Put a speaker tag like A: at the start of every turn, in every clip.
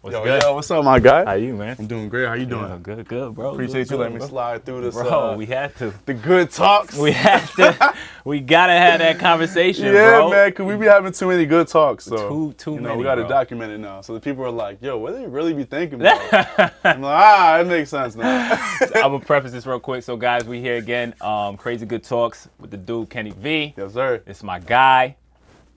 A: What's
B: yo,
A: good?
B: yo, what's up, my guy?
A: How you, man?
B: I'm doing great. How you doing?
A: Yeah, good, good, bro.
B: Appreciate
A: Good,
B: you letting me
A: good,
B: slide through this.
A: bro.
B: uh,
A: Bro, we had to.
B: the good talks.
A: We had to. we gotta have that conversation,
B: yeah,
A: bro.
B: man, because we be having too many good talks. So
A: Too- too
B: you know,
A: many,
B: we got to
A: bro.
B: document it now. So the people are like, "Yo, what do you really be thinking?" About? I'm like, ah, it makes sense now.
A: I'm gonna preface this real quick. So, guys, we here again. Um, crazy good talks with the dude Kenny V.
B: yes, sir.
A: It's my guy.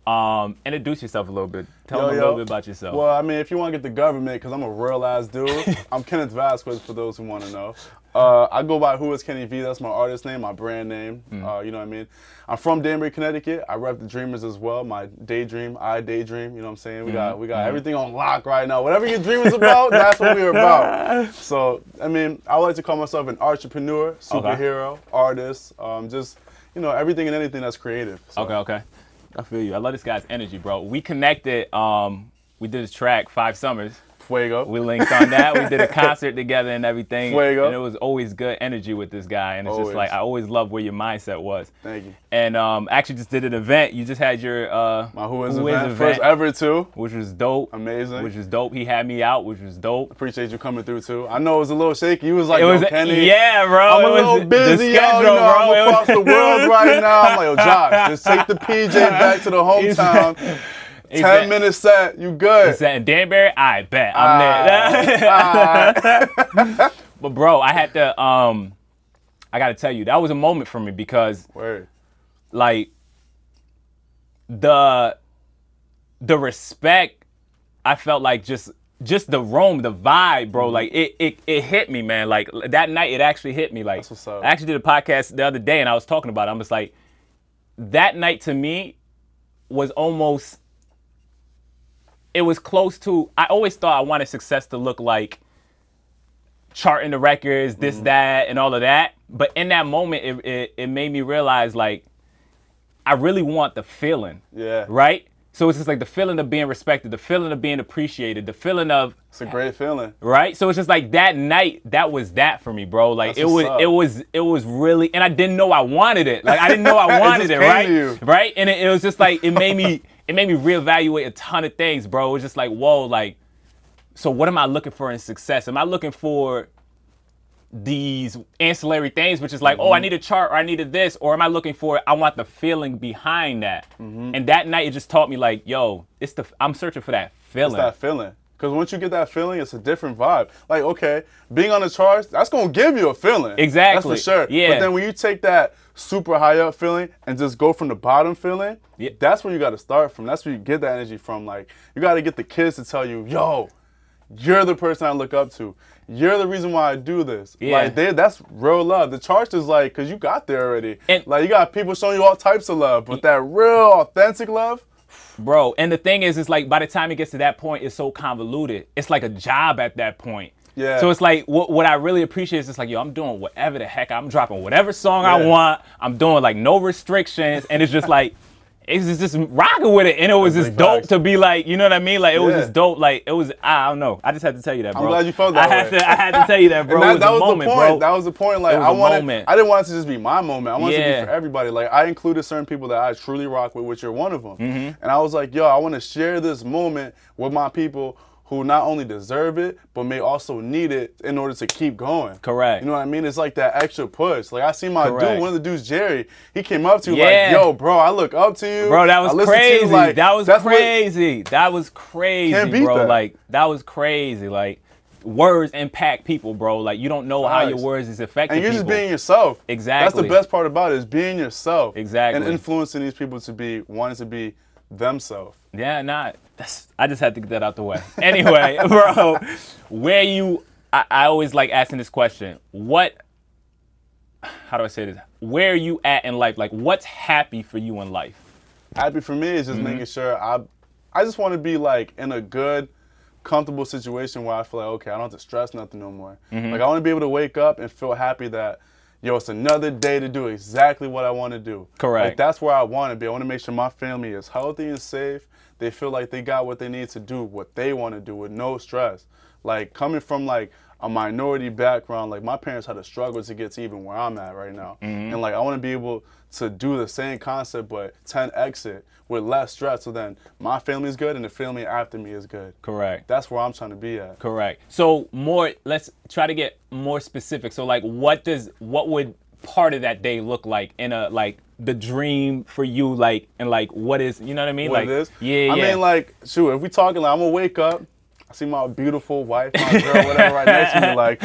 A: Um, introduce yourself a little bit. Tell
B: Yo,
A: them a
B: yo.
A: little bit about yourself.
B: Well, I mean, if you want to get the government, because I'm a real ass dude, I'm Kenneth Vasquez for those who want to know. Uh, I go by Who is Kenny V. That's my artist name, my brand name. Uh, you know what I mean? I'm from Danbury, Connecticut. I rep the Dreamers as well. My daydream, I daydream. You know what I'm saying? We got we got everything on lock right now. Whatever your dream is about, that's what we're about. So, I mean, I like to call myself an entrepreneur, superhero, artist, um, just you know everything and anything that's creative. So,
A: Okay, okay. I feel you. I love this guy's energy, bro. We connected. Um, we did this track five summers.
B: Fuego.
A: We linked on that. We did a concert together and everything.
B: Fuego.
A: And it was always good energy with this guy. And it's
B: Always.
A: just like I always loved where your mindset was.
B: Thank you.
A: And um, actually just did an event. You just had your uh,
B: My Who is event, first ever too.
A: which was dope.
B: Amazing.
A: Which was dope. He had me out, which was dope.
B: Appreciate you coming through too. I know it was a little shaky. You was like,
A: It was
B: yo, Kenny.
A: yeah, bro.
B: I'm
A: it
B: a
A: was
B: little busy,
A: the
B: y'all.
A: schedule,
B: You know,
A: bro. It
B: I'm
A: was-
B: across the world right now. I'm like, yo, Josh, just take the PJ back to the hometown.
A: He
B: Ten
A: said-
B: minutes set, you good.
A: He said, "And Danbury, I bet I'm there.
B: Ah,
A: but bro, I had to. Um, I got to tell you, that was a moment for me because
B: Word.
A: like the the respect I felt like just just the room, the vibe, bro. Like
B: Mm-hmm.
A: it, it, it hit me, man. Like that night, it actually hit me. Like
B: what's up.
A: I actually did a podcast the other day, and I was talking about. It. I'm just like that night to me was almost. It was close to. I always thought I wanted success to look like charting the records, this,
B: Mm-hmm.
A: that, and all of that. But in that moment, it, it, it made me realize like I really want the feeling
B: Yeah.
A: right? So it's just like the feeling of being respected, the feeling of being appreciated, the feeling of
B: It's a great feeling.
A: right. So it's just like that night, that was that for me, bro. Like
B: That's
A: it was,
B: what's up.
A: it was, it was really, and I didn't know I wanted it. Like I didn't know I
B: It
A: wanted
B: just
A: it,
B: came
A: right?
B: to you.
A: Right, and it, it was just like it made me, it made me reevaluate a ton of things, bro. It was just like, whoa, like, so what am I looking for in success? Am I looking for these ancillary things, which is like,
B: Mm-hmm.
A: oh, I need a chart or I needed this, or am I looking for? I want the feeling behind that.
B: Mm-hmm.
A: And that night, it just taught me like, yo, it's the I'm searching for that feeling.
B: It's that feeling. Because once you get that feeling, it's a different vibe. Like, okay, being on the charts, that's going to give you a feeling.
A: Exactly.
B: That's for sure.
A: Yeah.
B: But then when you take that super high up feeling and just go from the bottom feeling,
A: Yeah.
B: that's where you got to start from. That's where you get that energy from. Like, you got to get the kids to tell you, yo, you're the person I look up to. You're the reason why I do this.
A: Yeah.
B: Like, they, that's real love. The charts is like, because you got there already.
A: And-
B: like, you got people showing you all types of love, but that real, authentic love,
A: bro. And the thing is, it's like by the time it gets to that point, it's so convoluted. It's like a job at that point.
B: Yeah.
A: So it's like what what I really appreciate is it's like yo, I'm doing whatever the heck I'm dropping, whatever song I
B: Yeah.
A: want. I'm doing like no restrictions, and it's just like it's just, just rocking with it, and it was just
B: big
A: dope
B: facts.
A: to be like, you know what I mean? Like it was
B: Yeah.
A: just dope. Like it was I don't know. I just had to tell you that, bro.
B: glad you felt that
A: I had
B: way.
A: to I had to tell you that, bro.
B: And
A: it was a moment,
B: the point.
A: bro.
B: That was the point. Like
A: It was
B: I
A: a
B: wanted,
A: moment.
B: I didn't want it to just be my moment. I wanted it
A: Yeah.
B: to be for everybody. Like I included certain people that I truly rock with, which you're one of them.
A: Mm-hmm.
B: And I was like, yo, I want to share this moment with my people who not only deserve it, but may also need it in order to keep going.
A: Correct.
B: You know what I mean? It's like that extra push. Like I see my
A: Correct.
B: dude, one of the dudes, Jerry. He came up to you
A: Yeah.
B: like, yo, bro, I look up to you,
A: Bro, that was
B: I listen to you,
A: crazy.
B: like,
A: that was
B: that's what-
A: crazy. that was crazy,
B: Can't beat
A: bro.
B: that.
A: Like that was crazy. Like words impact people, bro. Like you don't know how your
B: Facts.
A: words is affecting
B: and you're
A: people.
B: just being yourself. That's
A: Exactly.
B: the best part about it is being yourself.
A: Exactly.
B: And influencing these people to be wanting to be themselves.
A: yeah, nah. That's, I just had to get that out the way. Anyway, bro, where you? I, I always like asking this question. What? How do I say this? Where are you at in life? Like, what's happy for you in life?
B: Happy for me is just
A: Mm-hmm.
B: making sure I, I just want to be like in a good, comfortable situation where I feel like okay, I don't have to stress nothing no more.
A: Mm-hmm.
B: Like I want to be able to wake up and feel happy that. Yo, it's another day to do exactly what I want to do.
A: Correct.
B: Like that's where I want to be. I want to make sure my family is healthy and safe. They feel like they got what they need to do, what they want to do with no stress. Like coming from like a minority background. Like my parents had a struggle to get to even where I'm at right now, and like I want to be able to do the same concept but 10x it with less stress. So then my family's good and the family after me is good.
A: Correct.
B: That's where I'm trying to be at.
A: Correct. So more. Let's try to get more specific. So like, what does what would part of that day look like in a like the dream for you like and like what is you know what I mean
B: what
A: like
B: it is.
A: yeah
B: I
A: yeah
B: mean, like, shoot, if we talking, like, I'm gonna wake up, I see my beautiful wife, my girl, whatever, right next to me, like,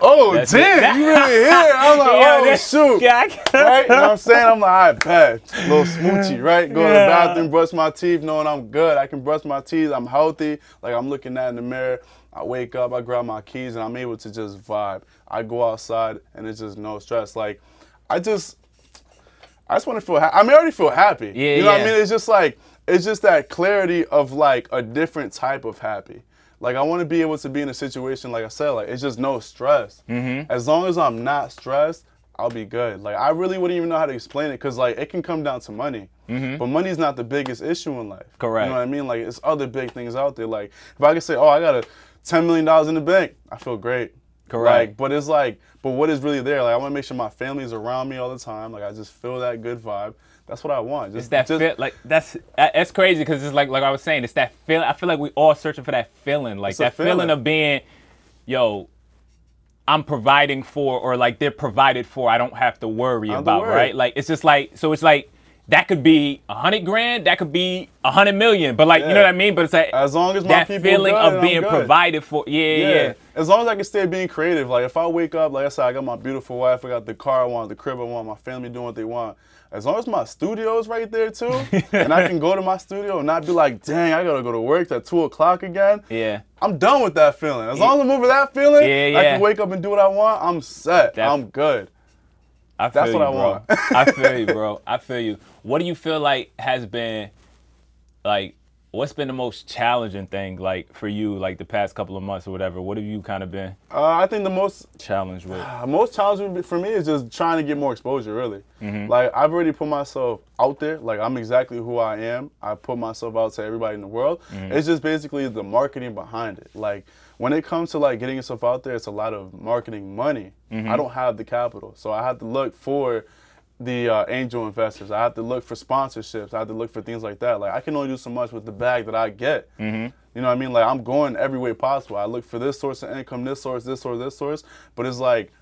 B: oh
A: That's
B: damn,
A: it.
B: you really here? I'm like,
A: Yeah,
B: oh
A: that's-
B: shoot,
A: yeah, I can-
B: right? You know what I'm saying? I'm like, I bet, little smoochie, right? Go to the
A: Yeah.
B: bathroom, brush my teeth, knowing I'm good. I can brush my teeth. I'm healthy. Like I'm looking at in the mirror. I wake up, I grab my keys, and I'm able to just vibe. I go outside, and it's just no stress. Like, I just. I just want to feel. Ha- I mean, I already feel happy.
A: Yeah,
B: you know what I
A: yeah.
B: mean. It's just like it's just that clarity of like a different type of happy. Like I want to be able to be in a situation like I said. Like it's just no stress.
A: Mm-hmm.
B: As long as I'm not stressed, I'll be good. Like I really wouldn't even know how to explain it because like it can come down to money. But money's not the biggest issue in life.
A: Mm-hmm. Correct.
B: You know what I mean? Like it's other big things out there. Like if I could say, oh, I got a ten million dollars in the bank, I feel great.
A: Correct.
B: Like, but it's like, but what is really there? Like, I want to make sure my family's around me all the time. Like, I just feel that good vibe. That's what I want. Just
A: it's that
B: just,
A: feel like that's that- that's crazy because it's like like I was saying it's that feel I feel like we all searching for that feeling like
B: a
A: that feeling.
B: feeling.
A: of being yo I'm providing for or like they're provided for I don't have to worry
B: have to
A: about
B: worry.
A: right like it's just like so it's like that could be a hundred grand that could be a hundred million but like you
B: Yeah.
A: know what I mean but it's like
B: As long as my
A: that
B: people
A: feeling
B: good,
A: of
B: I'm
A: being
B: good.
A: provided for yeah yeah, yeah.
B: As long as I can stay being creative. Like, if I wake up, like I said, I got my beautiful wife, I got the car I want, the crib I want, my family doing what they want. As long as my studio's right there too, and I can go to my studio and not be like, dang, I gotta go to work at two o'clock again.
A: Yeah.
B: I'm done with that feeling. As long as I'm over that feeling,
A: Yeah,
B: I
A: yeah.
B: can wake up and do what I want. I'm set.
A: That-
B: I'm good.
A: I feel
B: That's
A: you,
B: what I
A: bro.
B: want.
A: I feel you, bro. I feel you. What do you feel like has been like what's been the most challenging thing like for you like the past couple of months or whatever? What have you kind of been
B: Uh, I think the most
A: challenged with?
B: Uh, most challenging for me is just trying to get more exposure really like i've already put myself out there like i'm exactly who i am i put myself out to everybody in the world it's just basically the marketing behind it like when it comes to like getting yourself out there it's a lot of marketing money i don't have the capital so i have to look for the uh, angel investors. I have to look for sponsorships. I have to look for things like that. Like I can only do so much with the bag that I get. You know what I mean? Like I'm going every way possible. I look for this source of income, this source, this source, this source. But it's like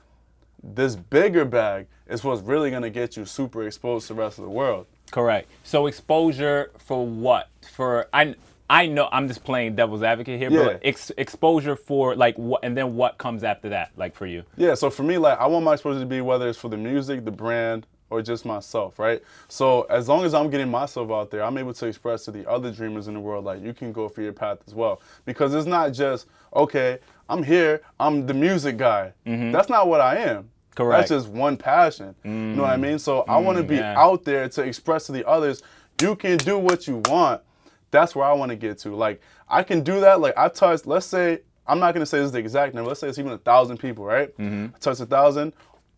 B: this bigger bag is what's really gonna get you super exposed to the rest of the world.
A: Correct. So exposure for what? For I I know I'm just playing devil's advocate here,
B: Yeah.
A: but ex- exposure for like what and then what comes after that like for you?
B: Yeah, so for me, like I want my exposure to be whether it's for the music, the brand, or just myself, right? So as long as I'm getting myself out there, I'm able to express to the other dreamers in the world, like you can go for your path as well. Because it's not just, okay, I'm here, I'm the music guy. That's not what I am.
A: Correct.
B: That's just one passion. You know what I mean? So I want to be
A: yeah.
B: out there to express to the others, you can do what you want. That's where I want to get to. Like I can do that. Like I touched. Let's say I'm not gonna say this is the exact number. Let's say it's even a thousand people, right? I touched a thousand.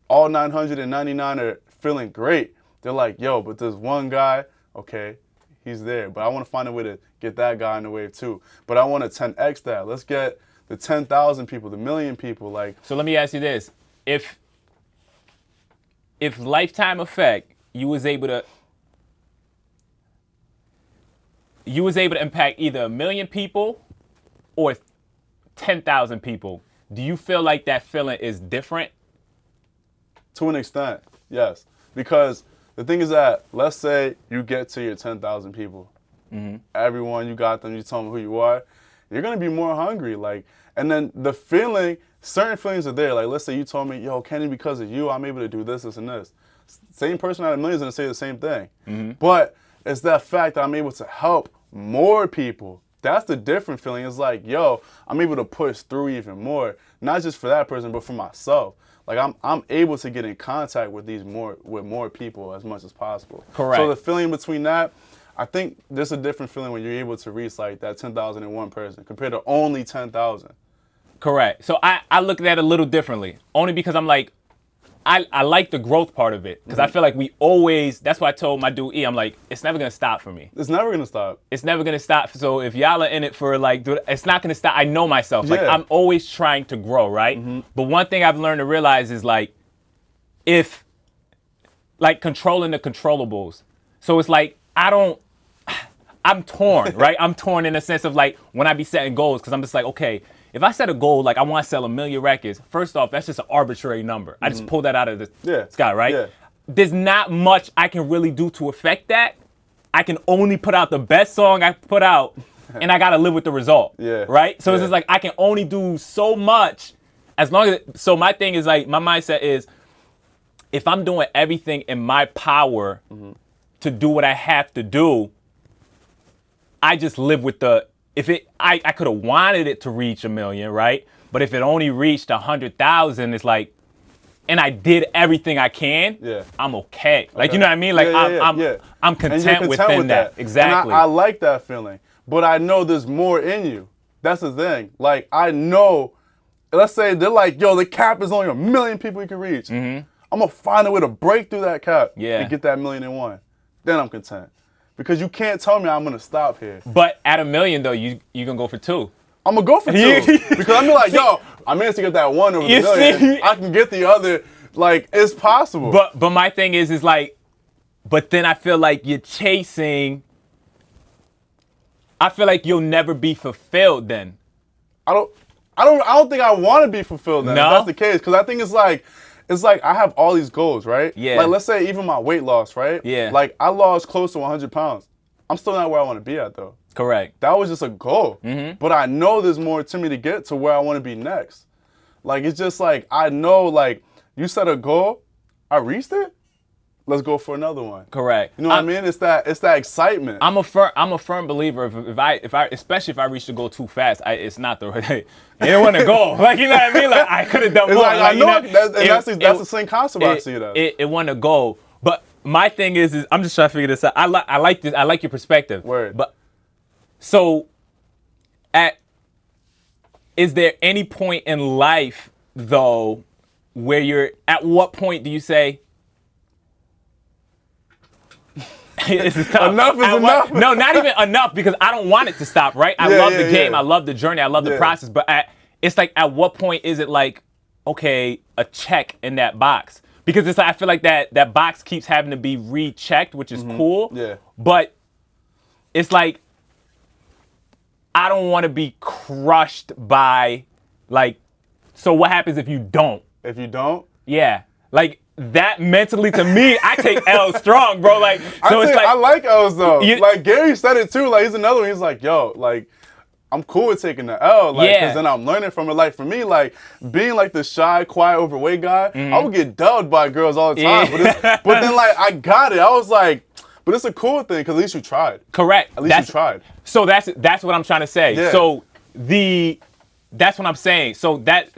B: All 999 are feeling great. They're like, yo, but there's one guy. Okay, he's there. But I want to find a way to get that guy in the wave too. But I want to 10x that. Let's get the 10,000 people, the million people. Like
A: So let me ask you this: if if lifetime effect, you was able to you was able to impact either a million people or ten thousand people, do you feel like that feeling is different?
B: To an extent, yes. Because the thing is that, let's say you get to your 10,000 people. Everyone, you got them, you tell them who you are. You're going to be more hungry. Like, and then the feeling, certain feelings are there. Like, let's say you told me, yo, Kenny, because of you, I'm able to do this, this, and this. S- Same person out of millions going to say the same thing. But it's that fact that I'm able to help more people. That's the different feeling. It's like, yo, I'm able to push through even more, not just for that person, but for myself. Like I'm, I'm able to get in contact with these more, with more people as much as possible.
A: Correct.
B: So the feeling between that, I think there's a different feeling when you're able to reach like that 10,000 in one person compared to only 10,000.
A: Correct. So I, I look at that a little differently, only because I'm like, I, I like the growth part of it because I feel like we always. That's why I told my dude E. I'm like, it's never gonna stop for me.
B: It's never gonna stop.
A: It's never gonna stop. So if y'all are in it for like, dude, it's not gonna stop. I know myself. Like
B: Yeah. Mm-hmm.
A: I'm always trying to grow, right? But one thing I've learned to realize is like, if like controlling the controllables. So it's like I don't. I'm torn, right? I'm torn in the sense of like when I be setting goals, because I'm just like, okay, if I set a goal, like I want to sell a million records. First off, that's just an arbitrary number. I just pulled that out of the
B: Mm-hmm. Yeah.
A: sky, right?
B: Yeah.
A: There's not much I can really do to affect that. I can only put out the best song I put out, and I gotta live with the result.
B: Yeah.
A: Right. So it's
B: Yeah.
A: just like I can only do so much, as long as. So my thing is like my mindset is, if I'm doing everything in my power
B: Mm-hmm.
A: to do what I have to do, I just live with the if it I, I could have wanted it to reach a million, right? But if it only reached a hundred thousand, it's like and I did everything I can,
B: Yeah.
A: I'm okay. Like you
B: Okay.
A: know what I mean? Like
B: Yeah, yeah,
A: I'm
B: yeah,
A: I'm,
B: yeah.
A: I'm
B: And
A: content,
B: you're
A: within that. Exactly.
B: And I, I like that feeling, but I know there's more in you. That's the thing. Like I know, let's say they're like, yo, the cap is only a million people you can reach. I'm gonna find a way to break through that cap
A: Mm-hmm. Yeah.
B: and get that million and one. Then I'm content, because you can't tell me I'm gonna stop here.
A: but at a million though, you you can go for two.
B: I'm gonna go for two because I'm like, yo, I managed to get that one over the
A: You
B: million.
A: see?
B: I can get the other. Like it's possible.
A: But but my thing is is like, but then I feel like you're chasing. I feel like you'll never be fulfilled then.
B: I don't, I don't, I don't think I want to be fulfilled. Then,
A: No?
B: if that's the case, because I think it's like, it's like I have all these goals, right?
A: Yeah.
B: Like let's say even my weight loss, right?
A: Yeah.
B: Like I lost close to 100 pounds. I'm still not where I want to be at though.
A: Correct.
B: That was just a goal.
A: Mm-hmm.
B: But I know there's more to me to get to where I want to be next. Like it's just like I know like you set a goal, I reached it. Let's go for another one.
A: Correct.
B: You know what I mean? It's that it's that excitement.
A: I'm a firm, I'm a firm believer. If, if I, if I, especially if I reach the goal too fast, I, it's not the right. It wasn't a goal. Like you know what I mean? Like I could have done
B: it's
A: more.
B: like, I
A: you
B: know, that's, and
A: it-
B: that's, the, that's
A: it-
B: the same concept I see though.
A: it, it, it wasn't a goal. But my thing is, is I'm just trying to figure this out. I like, I like this. I like your perspective.
B: Word.
A: But so, at is there any point in life though where you're? At what point do you say? this is tough.
B: Enough is
A: At
B: enough.
A: no, not even enough because I don't want it to stop. Right? I
B: Yeah,
A: love
B: yeah,
A: the game.
B: yeah.
A: I love the journey. I love the
B: Yeah.
A: process. But at, it's like, at what point is it like, okay, a check in that box? Because it's like, I feel like that that box keeps having to be rechecked, which is cool.
B: Mm-hmm. Yeah.
A: But it's like, I don't want to be crushed by, like, so what happens if you don't?
B: if you don't,
A: Yeah. Like that mentally to me, I take L strong, bro. Like so
B: I,
A: it's
B: think,
A: like
B: I like L's though.
A: You-
B: like Gary said it too. Like he's another one. He's like, yo, like I'm cool with taking the L, like,
A: Yeah.
B: cause then I'm learning from it. Like for me, like being like the shy, quiet, overweight guy, I would get dubbed by girls all the time.
A: Mm-hmm. Yeah.
B: But, it's, but then like I got it. I was like, but it's a cool thing, cause at least you tried.
A: correct.
B: At least
A: That's
B: you tried.
A: So that's that's what I'm trying to say.
B: Yeah.
A: So the that's what I'm saying. So that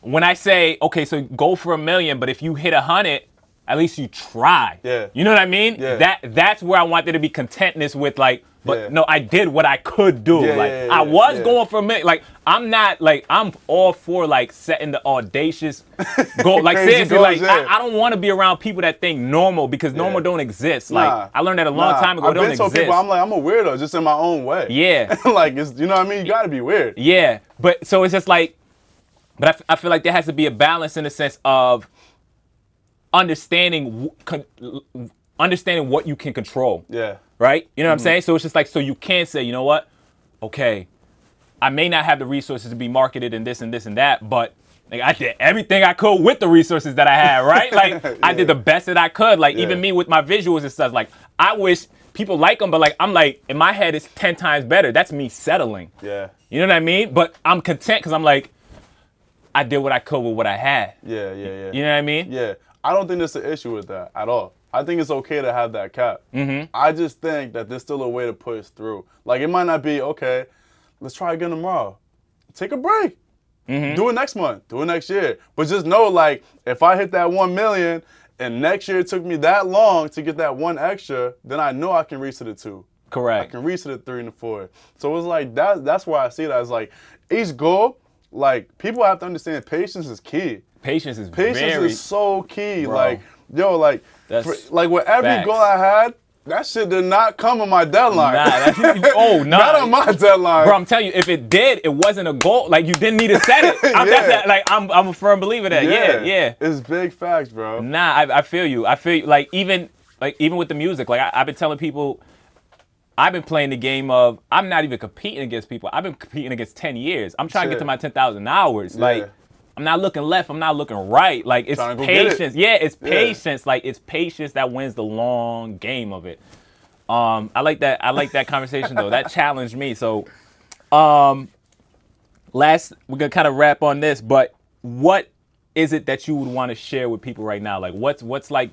A: when I say okay, so go for a million, but if you hit a hundred, at least you try.
B: Yeah.
A: You know what I mean?
B: Yeah.
A: That that's where I want there to be contentness with like, but
B: Yeah.
A: no, I did what I could do.
B: Yeah,
A: like
B: yeah, yeah,
A: I was
B: yeah.
A: going for a million. Like I'm not like I'm all for like setting the audacious goal. Like
B: Crazy
A: seriously,
B: goals,
A: like
B: yeah.
A: I, I don't want to be around people that think normal because normal don't exist. Like
B: Nah.
A: I learned that a long
B: Nah.
A: time ago.
B: I've
A: it don't
B: been told
A: exist.
B: people I'm like I'm a weirdo, just in my own way.
A: Yeah.
B: like it's you know what I mean. You gotta be weird.
A: Yeah, but so it's just like, but I, f- I feel like there has to be a balance in the sense of understanding w- con- l- w- understanding what you can control,
B: Yeah.
A: right? You know what I'm saying? So it's just like so you can say, you know what? Okay, I may not have the resources to be marketed and this and this and that, but like I did everything I could with the resources that I had, right? Like I did the best that I could. Like even
B: Yeah.
A: me with my visuals and stuff. Like I wish people like them, but like I'm like in my head it's ten times better. That's me settling.
B: Yeah.
A: You know what I mean? But I'm content because I'm like, I did what I could with what I had.
B: Yeah. Yeah. Yeah.
A: You know what I mean?
B: Yeah, I don't think there's an issue with that at all. I think it's okay to have that cap. Mm-hmm. I just think that there's still a way to push through. Like it might not be okay. Let's try again tomorrow. Take a break. Do it next month. Do it next year. But just know, like, if I hit that one million, and next year it took me that long to get that one extra, then I know I can reach to the two. I
A: Correct.
B: can reach to the three and the four. So it's like that. That's where I see that. It's like each goal, like people have to understand patience is key.
A: Patience is
B: Patience
A: very.
B: is so key.
A: Bro.
B: Like, yo, like,
A: That's
B: for- like with every
A: facts.
B: goal I had, that shit did not come on my deadline.
A: Nah, that's- oh, nah.
B: not on my deadline.
A: Bro, I'm telling you, if it did, it wasn't a goal. Like you didn't need to set it. I'm,
B: Yeah.
A: that's that, like I'm, I'm a firm believer that. Yeah, yeah. Mm.
B: It's big facts, bro.
A: Nah, I, I feel you. I feel you. Like even, like even with the music, like I, I've been telling people, I've been playing the game of I'm not even competing against people. I've been competing against ten years. I'm trying to
B: Shit.
A: get to my ten thousand hours.
B: Yeah.
A: Like I'm not looking left. I'm not looking right. Like it's
B: Tryna go get it.
A: patience. Yeah, it's
B: Yeah.
A: patience. Like it's patience that wins the long game of it. Um, I like that. I like that conversation though. That challenged me. So, um, last we're gonna kind of wrap on this, but what is it that you would want to share with people right now? Like, what's what's like?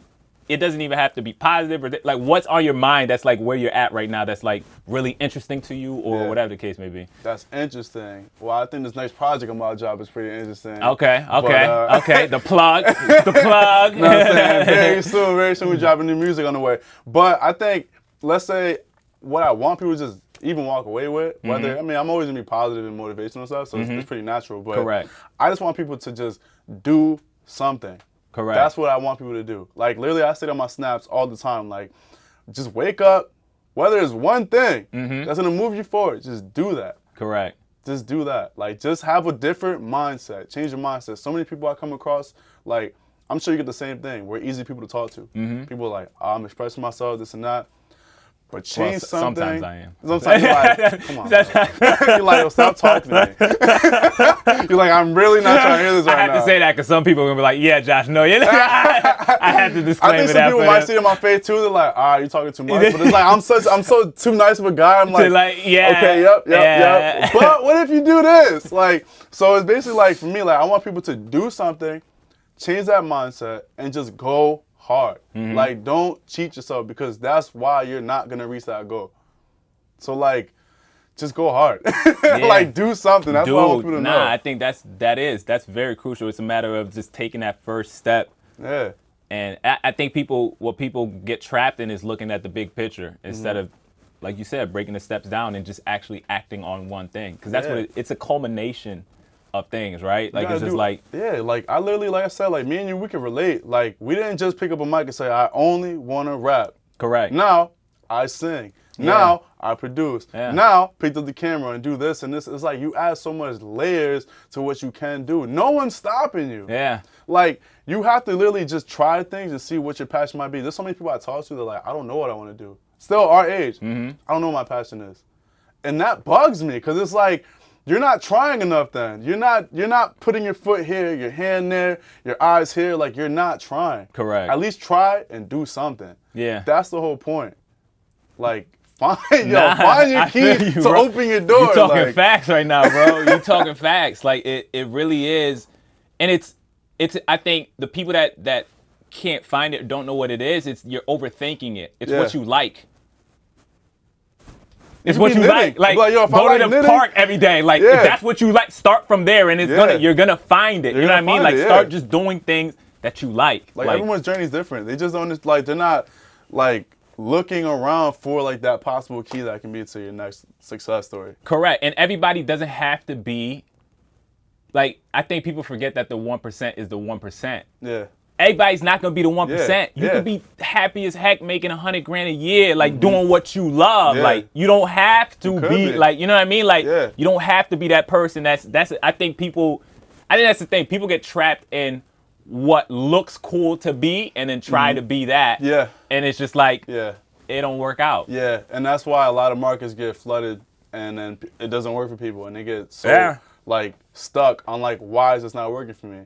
A: It doesn't even have to be positive or th- like what's on your mind. That's like where you're at right now. That's like really interesting to you or
B: Yeah.
A: whatever the case may be.
B: That's interesting. Well, I think this next project on my job is pretty interesting.
A: Okay,
B: But,
A: okay,
B: uh,
A: okay. The plug, the plug.
B: You know what I'm saying? very soon, very soon, we're dropping new music on the way. But I think, let's say, what I want people to just even walk away with, whether,
A: Mm-hmm.
B: I mean, I'm always gonna be positive and motivational and stuff, so it's, it's pretty natural. But
A: Correct.
B: I just want people to just do something.
A: Correct.
B: That's what I want people to do. Like, literally, I say it on my snaps all the time, like, just wake up, whether it's one thing
A: Mm-hmm.
B: that's gonna move you forward, just do that
A: Correct.
B: just do that. Like, just have a different mindset. Change your mindset. So many people I come across, like, I'm sure you get the same thing. We're easy people to talk to.
A: Mm-hmm.
B: People are like, I'm expressing myself, this and that. But change
A: s-
B: something.
A: sometimes I am.
B: Sometimes you're like, come on. bro." you're like, yo, stop talking to me. you're like, I'm really not trying to hear this right
A: I have
B: now.
A: to say that because some people are gonna be like, "Yeah, Josh, no, you." I, I have to
B: I
A: disclaim
B: think
A: it
B: some people might
A: after.
B: see it in my face too. They're like, "Ah, you're talking too much." But it's like I'm such, I'm so too nice of a guy. I'm like,
A: They're like, yeah,
B: okay, yep, yep,
A: yeah.
B: yep. But what if you do this? Like, so it's basically like for me, like I want people to do something, change that mindset, and just go hard.
A: Mm-hmm.
B: Like, don't cheat yourself because that's why you're not gonna reach that goal. So like, just go hard. like, do something. That's what I want
A: Dude,
B: people to
A: nah, I think that's that is that's very crucial. It's a matter of just taking that first step,
B: know. Yeah.
A: and I, I think people what people get trapped in is looking at the big picture instead of, like you said, breaking the steps down and just actually acting on one thing because that's what
B: Yeah.
A: it, it's a culmination of things, right? Like
B: gotta
A: it's just
B: do-
A: like
B: yeah like i literally like i said like me and you we can relate like we didn't just pick up a mic and say i only want to rap
A: correct.
B: now i sing now i produce
A: Yeah.
B: now picked up the camera and do this and this it's like you add so much layers to what you can do no one's stopping you
A: Yeah,
B: like you have to literally just try things and see what your passion might be there's so many people i talk to that like i don't know what i want to do still our age
A: Mm-hmm.
B: i don't know what my passion is and that bugs me because it's like you're not trying enough then you're not you're not putting your foot here your hand there your eyes here like you're not trying
A: Correct.
B: at least try and do something
A: Yeah.
B: that's the whole point like find yo
A: Nah,
B: find your
A: I
B: key
A: feel you,
B: to
A: bro.
B: open your door
A: You're talking
B: like,
A: facts right now, bro. You're talking facts. Like it, it really is, and it's it's. I think the people that that can't find it, don't know what it is. It's you're overthinking it. It's what
B: Yeah.
A: you like. It's
B: You
A: what
B: be
A: you
B: knitting.
A: like.
B: You be
A: Like,
B: like, yo, if I
A: go
B: like
A: to the
B: knitting-
A: park every day. Like
B: Yeah.
A: if that's what you like. Start from there, and it's
B: Yeah.
A: gonna you're gonna find it. you know what I
B: gonna
A: mean?
B: find
A: Like
B: it, yeah.
A: start just doing things that you like.
B: Like, everyone's journey is different. They just don't like they're not like looking around for like that possible key that can be to your next success story.
A: Correct. And everybody doesn't have to be like I think people forget that the 1% is the 1%.
B: Yeah.
A: Everybody's not gonna be the 1%. you
B: yeah. Mm-hmm.
A: could be happy as heck making 100 grand a year like doing what you love.
B: Yeah.
A: Like you don't have to
B: could
A: be
B: be.
A: like you know what I mean? Like
B: Yeah.
A: you don't have to be that person that's that's I think people I think that's the thing. People get trapped in what looks cool to be and then try to be that.
B: Mm-hmm. Yeah.
A: And it's just like
B: Yeah.
A: it don't work out.
B: Yeah. And that's why a lot of markets get flooded and then p- it doesn't work for people and they get so
A: Yeah.
B: like stuck on like why is this not working for me?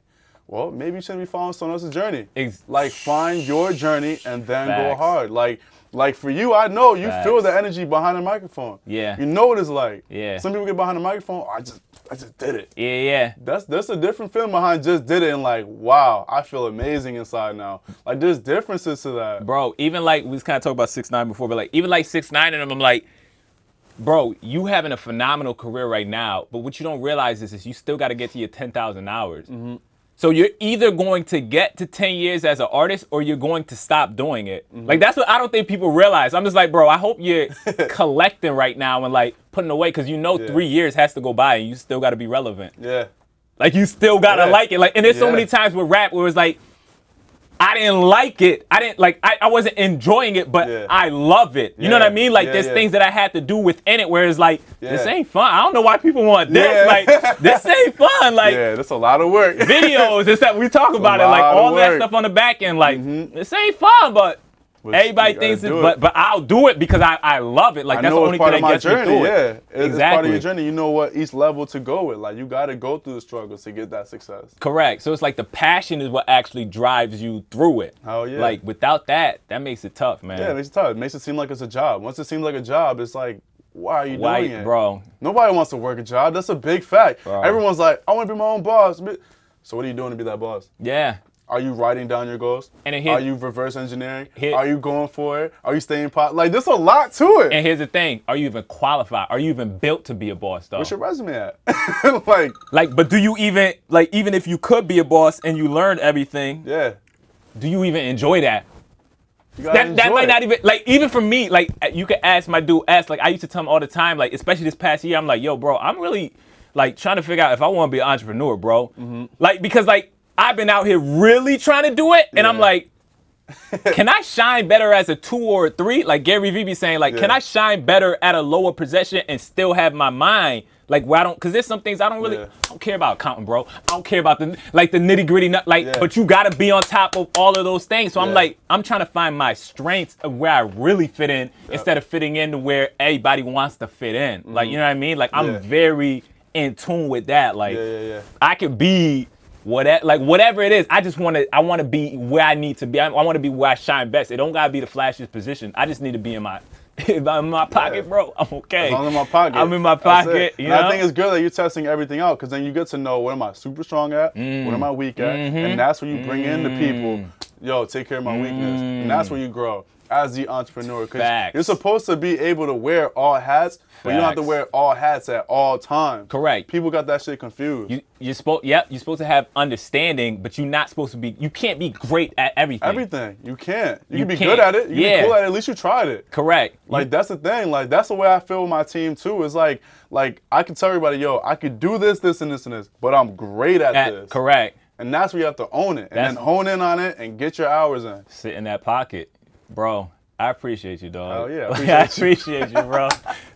B: Well, maybe you shouldn't be following someone else's journey.
A: Ex-
B: like find your journey and then
A: Facts.
B: go hard. Like like for you, I know you feel
A: Facts.
B: the energy behind the microphone.
A: Yeah.
B: You know what it's like.
A: Yeah.
B: Some people get behind the microphone, I just I just did it.
A: Yeah, yeah.
B: That's that's a different feeling behind just did it and like wow I feel amazing inside now like there's differences to that
A: bro. Even like we was kind of talking about six nine before, but like even like six nine and them, I'm like, bro, you having a phenomenal career right now. But what you don't realize is, is you still got to get to your ten thousand hours. So you're either going to get to ten years as an artist, or you're going to stop doing it. Like that's what I don't think people realize. I'm just like, bro, I hope you're collecting right now and like putting away because you know
B: Yeah.
A: three years has to go by and you still got to be relevant.
B: yeah
A: Like you still gotta
B: Yeah.
A: like it. Like and there's so
B: Yeah.
A: many times with rap where it's like I didn't like it. I didn't like I, I wasn't enjoying it, but
B: Yeah.
A: I love it. You know what I
B: Yeah.
A: mean? Like
B: Yeah,
A: there's
B: yeah.
A: things that I had to do within it where it's like, this
B: Yeah.
A: ain't fun. I don't know why people want this.
B: Yeah.
A: Like this ain't fun. Like
B: yeah, that's a lot of work.
A: videos, it's that we talk about it, like
B: lot of
A: all that
B: work. Mm-hmm.
A: stuff on the back end. Like this ain't fun, but
B: But
A: everybody
B: you gotta
A: thinks it,
B: do
A: but but I'll do it because I, I love it. Like
B: I
A: that's the
B: know
A: only
B: it's part of
A: thing that
B: my
A: gets me
B: journey.
A: through
B: Yeah,
A: it.
B: It- it's part of
A: Exactly.
B: your journey. You know what each level to go with. Like you got to go through the struggles to get that success.
A: Correct. So it's like the passion is what actually drives you through it.
B: Hell Oh, yeah.
A: Like without that, that makes it tough, man.
B: Yeah, it makes it tough. It makes it seem like it's a job. Once it seems like a job, it's like, why are you
A: Why,
B: doing it,
A: bro?
B: Nobody wants to work a job. That's a big fact.
A: Bro.
B: Everyone's like, I want to be my own boss. But- So what are you doing to be that boss?
A: Yeah.
B: Are you writing down your goals?
A: And it hit-
B: are you reverse engineering?
A: hit-
B: are you going for it? Are you staying pot? Like there's a lot to it.
A: And here's the thing: Are you even qualified? Are you even built to be a boss, though?
B: What's your resume at? like
A: Like, but do you even like even if you could be a boss and you learned everything,
B: yeah,
A: do you even enjoy that?
B: you gotta
A: That, that
B: enjoy
A: might
B: it.
A: not even like even for me like you can ask my dude ask like I used to tell him all the time like especially this past year I'm like yo bro I'm really like trying to figure out if I want to be an entrepreneur bro
B: Mm-hmm.
A: like because like I've been out here really trying to do it and I'm
B: Yeah.
A: like can I shine better as a two or a three like Gary Vee be saying like can
B: Yeah.
A: I shine better at a lower position and still have my mind like where I don't because there's some things I don't really
B: Yeah.
A: I don't care about accounting bro I don't care about the like the nitty gritty like
B: Yeah.
A: but you gotta be on top of all of those things so I'm
B: Yeah.
A: like I'm trying to find my strengths of where I really fit in instead of fitting in to where everybody wants to fit in. Like, you know what I mean? Like, I'm
B: Mm-hmm. Yeah.
A: very in tune with that. Like,
B: Yeah, yeah, yeah.
A: I could be whatever, like whatever it is. I just want to. I want to be where I need to be. I, want to be where I shine best. It don't gotta be the flashiest position. I just need to be in my. If I'm in my pocket,
B: Yeah.
A: bro, I'm okay.
B: I'm in my pocket.
A: I'm in my
B: That's it.
A: pocket. You
B: and
A: know?
B: I think it's good that you're testing everything out because then you get to know what am I super strong at, what
A: Mm.
B: am I weak at,
A: Mm-hmm.
B: and that's where you bring in the people. Yo, take care of my weakness, and that's where you grow as the entrepreneur. Because
A: Mm. Facts.
B: you're supposed to be able to wear all hats, but you don't have to
A: Facts.
B: wear all hats at all times.
A: Correct.
B: People got that shit confused.
A: you, you're supposed, yep, you're supposed to have understanding, but you're not supposed to be. You can't be great at everything.
B: everything you can't. You,
A: You
B: can be
A: can't.
B: good at it. You can
A: Yeah.
B: be cool at it. At least you tried it.
A: Correct.
B: Like that's the thing. Like that's the way I feel with my team too. Is like like I can tell everybody, yo, I could do this, this, and this, and this, but I'm great at,
A: At-
B: this.
A: correct.
B: And that's where you have to own it, and
A: That's-
B: then hone in on it, and get your hours in.
A: sit in that pocket, bro. I appreciate you, dog.
B: Oh, yeah, I
A: Like, I
B: appreciate you.
A: appreciate you, bro.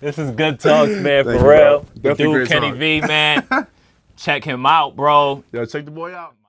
A: this is good talks, man.
B: Thank
A: For
B: you, bro.
A: real,
B: Definitely
A: dude,
B: great
A: Kenny
B: talk.
A: V, man. Check him out, bro.
B: Yo, check the boy out.